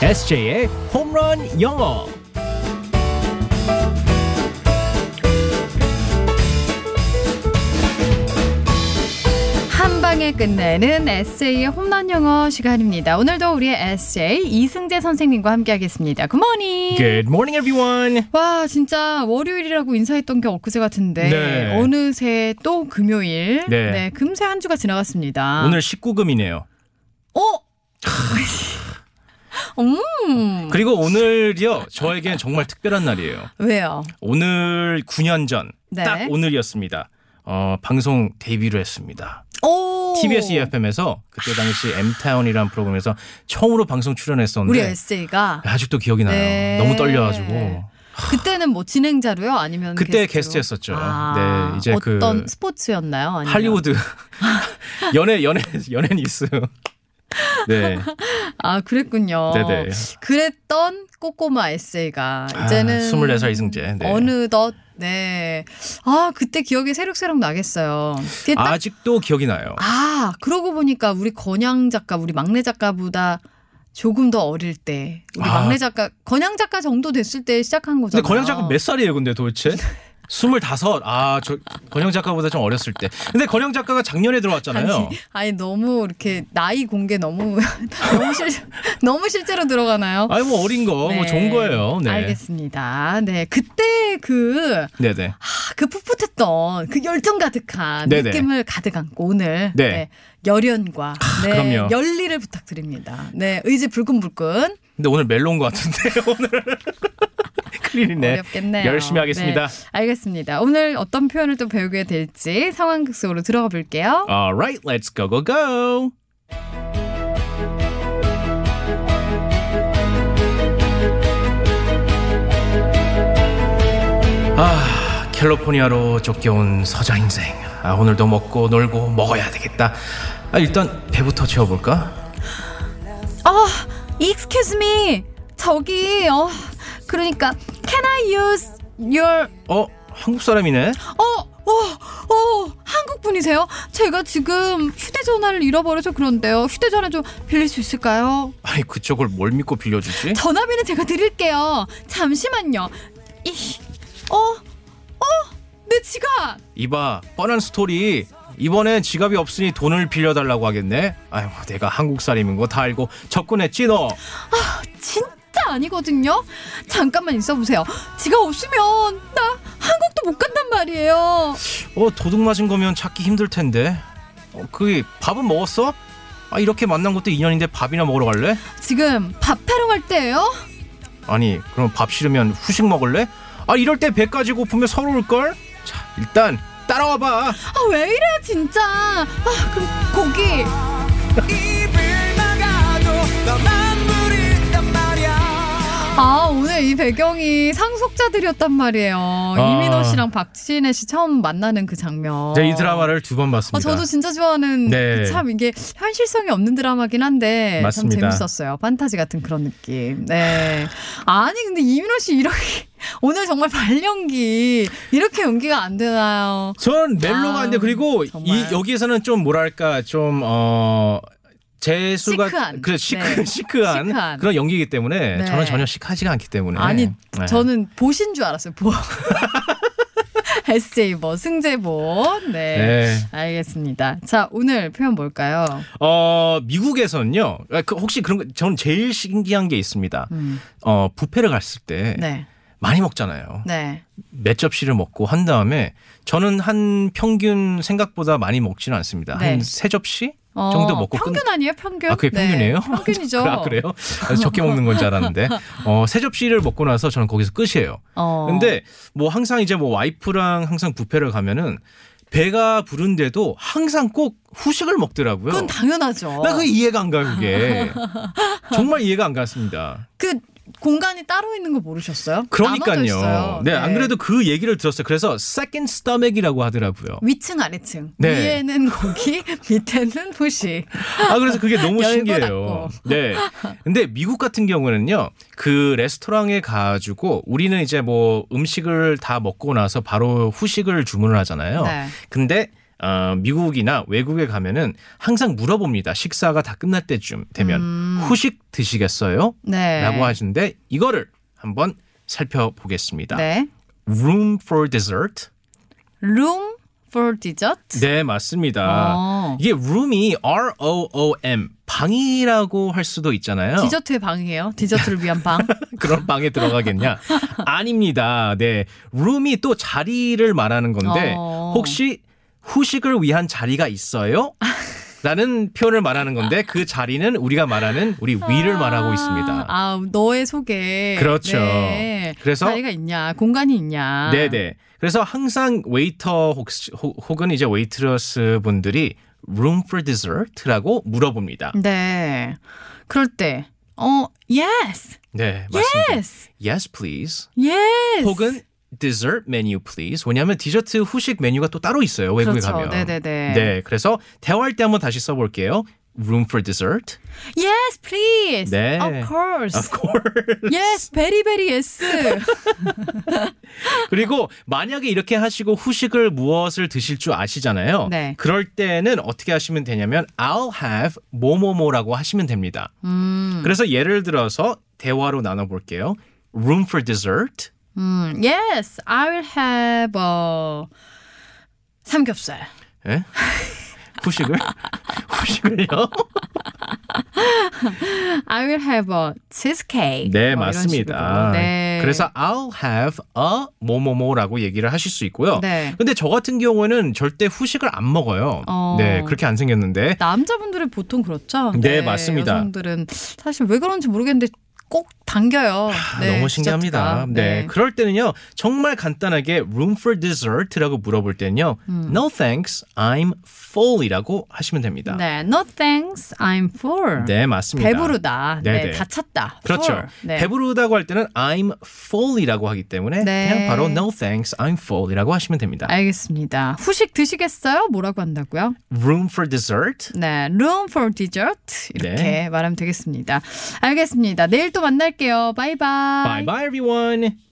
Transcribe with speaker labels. Speaker 1: SJ의 홈런 영어.
Speaker 2: 한 방에 끝내는 에세이의 홈런 영어 시간입니다. 오늘도 우리의 에세이 이승재 선생님과 함께하겠습니다. 굿모닝.
Speaker 1: Good morning, everyone.
Speaker 2: 와 진짜 월요일이라고 인사했던 게 엊그제 같은데
Speaker 1: 네.
Speaker 2: 어느새 또 금요일.
Speaker 1: 네.
Speaker 2: 금세 한 주가 지나갔습니다.
Speaker 1: 오늘 19금이네요.
Speaker 2: 어? 음.
Speaker 1: 그리고 오늘이요 저에겐 정말 특별한 날이에요.
Speaker 2: 왜요?
Speaker 1: 오늘 9년 전
Speaker 2: 네.
Speaker 1: 딱 오늘이었습니다. 어, 방송 데뷔를 했습니다.
Speaker 2: 오.
Speaker 1: TBS EFM에서 그때 당시 M타운이라는 프로그램에서 처음으로 방송
Speaker 2: 우리
Speaker 1: 출연했었는데
Speaker 2: 에세이가
Speaker 1: 아직도 기억이 나요.
Speaker 2: 네.
Speaker 1: 너무 떨려가지고
Speaker 2: 그때는 뭐 진행자로요? 아니면
Speaker 1: 그때
Speaker 2: 게스트로?
Speaker 1: 게스트였었죠.
Speaker 2: 아,
Speaker 1: 네, 이제 그-
Speaker 2: 어떤 스포츠였나요? 아니면
Speaker 1: 할리우드 연애 연애 연애 뉴스. 네,
Speaker 2: 아 그랬군요.
Speaker 1: 네네.
Speaker 2: 그랬던 꼬꼬마 에세이가
Speaker 1: 아,
Speaker 2: 이제는
Speaker 1: 24살 이승재. 네.
Speaker 2: 어느덧 네. 아 그때 기억이 새록새록 나겠어요. 그게 딱-
Speaker 1: 아직도 기억이 나요.
Speaker 2: 아 그러고 보니까 우리 건양 작가 우리 막내 작가보다 조금 더 어릴 때 우리
Speaker 1: 아.
Speaker 2: 막내 작가 건양 작가 정도 됐을 때 시작한 거잖아요.
Speaker 1: 근데 권영 작가 몇 살이에요, 근데 도대체? 25. 아, 저 권영 작가보다 좀 어렸을 때. 근데 권영 작가가 작년에 들어왔잖아요.
Speaker 2: 아니, 아니 너무 이렇게 나이 공개 너무 너무 실 너무 실제로 들어가나요?
Speaker 1: 아니 뭐 어린 거, 뭐
Speaker 2: 네.
Speaker 1: 좋은 거예요. 네.
Speaker 2: 알겠습니다. 네 그때 그
Speaker 1: 네네.
Speaker 2: 아, 그 풋풋했던 그 열정 가득한
Speaker 1: 네네.
Speaker 2: 느낌을 가득 안고 오늘
Speaker 1: 네. 아,
Speaker 2: 네, 열연과 네,
Speaker 1: 그럼요.
Speaker 2: 열리를 부탁드립니다. 네 의지 불끈불끈
Speaker 1: 근데 오늘 멜론 것 같은데 오늘. 큰일이네.
Speaker 2: 어렵겠네요.
Speaker 1: 열심히 하겠습니다.
Speaker 2: 네, 알겠습니다. 오늘 어떤 표현을 또 배우게 될지 상황극 속으로 들어가 볼게요.
Speaker 1: Alright, let's go go go. 아, 캘리포니아로 쫓겨온 서자 인생. 아, 오늘도 먹고 놀고 먹어야 되겠다. 아, 일단 배부터 채워볼까?
Speaker 2: 어, excuse me. 저기 어 그러니까 can I use your
Speaker 1: 어, 한국 사람이네.
Speaker 2: 어, 어, 어, 한국 분이세요? 제가 지금 휴대전화를 잃어버려서 그런데요. 휴대전화 좀 빌릴 수 있을까요?
Speaker 1: 아니, 그쪽을 뭘 믿고 빌려주지?
Speaker 2: 전화비는 제가 드릴게요. 잠시만요. 이, 어, 어, 내 지갑.
Speaker 1: 이봐, 뻔한 스토리. 이번엔 지갑이 없으니 돈을 빌려달라고 하겠네. 아유, 내가 한국 사람인 거 다 알고 접근했지 너.
Speaker 2: 진짜 아니거든요. 잠깐만 있어보세요. 지갑 없으면 나 한국도 못 간단 말이에요.
Speaker 1: 어 도둑 맞은 거면 찾기 힘들 텐데. 어, 그게 밥은 먹었어? 아 이렇게 만난 것도 인연인데 밥이나 먹으러 갈래?
Speaker 2: 지금 밥 하러 갈 때예요.
Speaker 1: 아니 그럼 밥 싫으면 후식 먹을래? 아 이럴 때 배까지 고프면 서러울 걸. 자 일단 따라와봐.
Speaker 2: 아, 왜 이래 진짜. 아, 그럼 거기.
Speaker 3: 입을 막아도 너만 부린단 말야
Speaker 2: 아 오늘 이 배경이 상속자들이었단 말이에요.
Speaker 1: 아.
Speaker 2: 이민호 씨랑 박신혜 씨 처음 만나는 그 장면.
Speaker 1: 제이 드라마를 두 번
Speaker 2: 아,
Speaker 1: 봤습니다.
Speaker 2: 저도 진짜 좋아하는 그
Speaker 1: 네.
Speaker 2: 참 이게 현실성이 없는 드라마긴 한데
Speaker 1: 맞습니다.
Speaker 2: 참 재밌었어요. 판타지 같은 그런 느낌. 네. 아니 근데 이민호 씨 이렇게 오늘 정말 발연기 이렇게 연기가 안 되나요?
Speaker 1: 전 멜로가
Speaker 2: 아유,
Speaker 1: 안돼 그리고 이
Speaker 2: 정말.
Speaker 1: 여기에서는 좀 뭐랄까 좀어 재수가
Speaker 2: 시크한.
Speaker 1: 그 시크
Speaker 2: 네.
Speaker 1: 시크한,
Speaker 2: 시크한.
Speaker 1: 그런 연기이기 때문에
Speaker 2: 네.
Speaker 1: 저는 전혀 시크하지가 않기 때문에
Speaker 2: 아니
Speaker 1: 네.
Speaker 2: 저는 보신 줄 알았어요. 보. 에세이 뭐 승재 뭐. 네.
Speaker 1: 네.
Speaker 2: 알겠습니다. 자 오늘 표현 뭘까요?
Speaker 1: 어, 미국에서는요. 아, 그 혹시 그런 거 저는 제일 신기한 게 있습니다.
Speaker 2: 음.
Speaker 1: 어, 뷔페를 갔을 때
Speaker 2: 네.
Speaker 1: 많이 먹잖아요.
Speaker 2: 네.
Speaker 1: 몇 접시를 먹고 한 다음에 저는 한 평균 생각보다 많이 먹지는 않습니다.
Speaker 2: 네.
Speaker 1: 한 세 접시 정도 먹고 끝-
Speaker 2: 어, 평균 아니에요? 평균?
Speaker 1: 아, 그게
Speaker 2: 네,
Speaker 1: 평균이에요?
Speaker 2: 평균이죠.
Speaker 1: 아, 그래요? 아, 적게 먹는 건 줄 알았는데. 어, 세 접시를 먹고 나서 저는 거기서 끝이에요.
Speaker 2: 어.
Speaker 1: 근데 뭐 항상 이제 뭐 와이프랑 항상 뷔페를 가면은 배가 부른데도 항상 꼭 후식을 먹더라고요.
Speaker 2: 그건 당연하죠.
Speaker 1: 나 그 이해가 안 가요, 그게. 정말 이해가 안 갔습니다.
Speaker 2: 그 공간이 따로 있는 거 모르셨어요? 나눠져
Speaker 1: 그러니까요.
Speaker 2: 있어요.
Speaker 1: 네, 안 그래도 그 얘기를 들었어요. 그래서 second stomach이라고 하더라고요.
Speaker 2: 위층 아래층
Speaker 1: 네.
Speaker 2: 위에는 고기 밑에는 후식
Speaker 1: 아, 그래서 그게 너무
Speaker 2: 열고
Speaker 1: 신기해요.
Speaker 2: 닫고.
Speaker 1: 네. 근데 미국 같은 경우는요, 그 레스토랑에 가가지고 우리는 이제 뭐 음식을 다 먹고 나서 바로 후식을 주문을 하잖아요.
Speaker 2: 네.
Speaker 1: 근데 어, 미국이나 외국에 가면은 항상 물어봅니다. 식사가 다 끝날 때쯤 되면.
Speaker 2: 음.
Speaker 1: 후식 드시겠어요?
Speaker 2: 네.
Speaker 1: 라고 하시는데 이거를 한번 살펴보겠습니다.
Speaker 2: 네.
Speaker 1: Room for dessert.
Speaker 2: Room for dessert.
Speaker 1: 네, 맞습니다.
Speaker 2: 어.
Speaker 1: 이게 room이 R O O M 방이라고 할 수도 있잖아요.
Speaker 2: 디저트의 방이에요. 디저트를 위한 방.
Speaker 1: 그런 방에 들어가겠냐? 아닙니다. 네. 룸이 또 자리를 말하는 건데
Speaker 2: 어.
Speaker 1: 혹시 후식을 위한 자리가 있어요? 라는 표현을 말하는 건데 그 자리는 우리가 말하는 우리 위를 말하고 있습니다.
Speaker 2: 아, 너의 속에.
Speaker 1: 그렇죠.
Speaker 2: 네.
Speaker 1: 그래서-
Speaker 2: 자리가 있냐, 공간이 있냐.
Speaker 1: 네네. 그래서 항상 웨이터 혹시, 호- 혹은 이제 웨이트러스 분들이 room for dessert라고 물어봅니다.
Speaker 2: 네. 그럴 때, 어, yes,
Speaker 1: 네, 맞습니다.
Speaker 2: yes,
Speaker 1: Yes, please.
Speaker 2: yes.
Speaker 1: 혹은 dessert menu please. 왜냐하면 디저트 후식 메뉴가 또 따로 있어요. 외국에
Speaker 2: 그렇죠.
Speaker 1: 가면.
Speaker 2: 네네네.
Speaker 1: 네, 그래서 대화할 때 한번 다시 써볼게요. Room for dessert.
Speaker 2: yes, please.
Speaker 1: 네.
Speaker 2: Of course.
Speaker 1: Of course.
Speaker 2: yes, very, very yes.
Speaker 1: 그리고 만약에 이렇게 하시고 후식을 무엇을 드실 줄 아시잖아요.
Speaker 2: 네.
Speaker 1: 그럴 때는 어떻게 하시면 되냐면 I'll have 뭐뭐뭐라고 하시면 됩니다.
Speaker 2: 음,
Speaker 1: 그래서 예를 들어서 대화로 나눠볼게요. Room for dessert.
Speaker 2: 음, yes, I will have a 삼겹살.
Speaker 1: 예? 후식을 후식을요? 네,
Speaker 2: 어, I will have a cheesecake. 뭐
Speaker 1: 네,
Speaker 2: 이런
Speaker 1: 맞습니다.
Speaker 2: 식으로. 네.
Speaker 1: 그래서 I'll have a 뭐뭐뭐라고 얘기를 하실 수 있고요.
Speaker 2: 네.
Speaker 1: 근데 저 같은 경우에는 절대 후식을 안 먹어요.
Speaker 2: 어.
Speaker 1: 네, 그렇게 안 생겼는데.
Speaker 2: 남자분들은 보통 그렇죠.
Speaker 1: 네, 맞습니다.
Speaker 2: 여성들은 사실 왜 그런지 모르겠는데 꼭 당겨요.
Speaker 1: 아,
Speaker 2: 네,
Speaker 1: 너무 신기합니다.
Speaker 2: 디저트가.
Speaker 1: 네. 그럴 때는요, 정말 간단하게 room for dessert라고 물어볼 때는요,
Speaker 2: 음.
Speaker 1: no thanks, I'm full이라고 하시면 됩니다.
Speaker 2: 네, no thanks, I'm full.
Speaker 1: 네, 맞습니다.
Speaker 2: 배부르다. 네,
Speaker 1: 네네.
Speaker 2: 다 찼다.
Speaker 1: 그렇죠.
Speaker 2: full. 네.
Speaker 1: 배부르다고 할 때는 I'm full이라고 하기 때문에
Speaker 2: 네. 아.
Speaker 1: 그냥 바로 no thanks, I'm full이라고 하시면 됩니다.
Speaker 2: 알겠습니다. 후식 드시겠어요? 뭐라고 한다고요?
Speaker 1: room for dessert.
Speaker 2: 네, room for dessert 이렇게
Speaker 1: 네.
Speaker 2: 말하면 되겠습니다. 알겠습니다. 내일 또 만날게요. 바이바이. 아.
Speaker 1: Bye bye, everyone.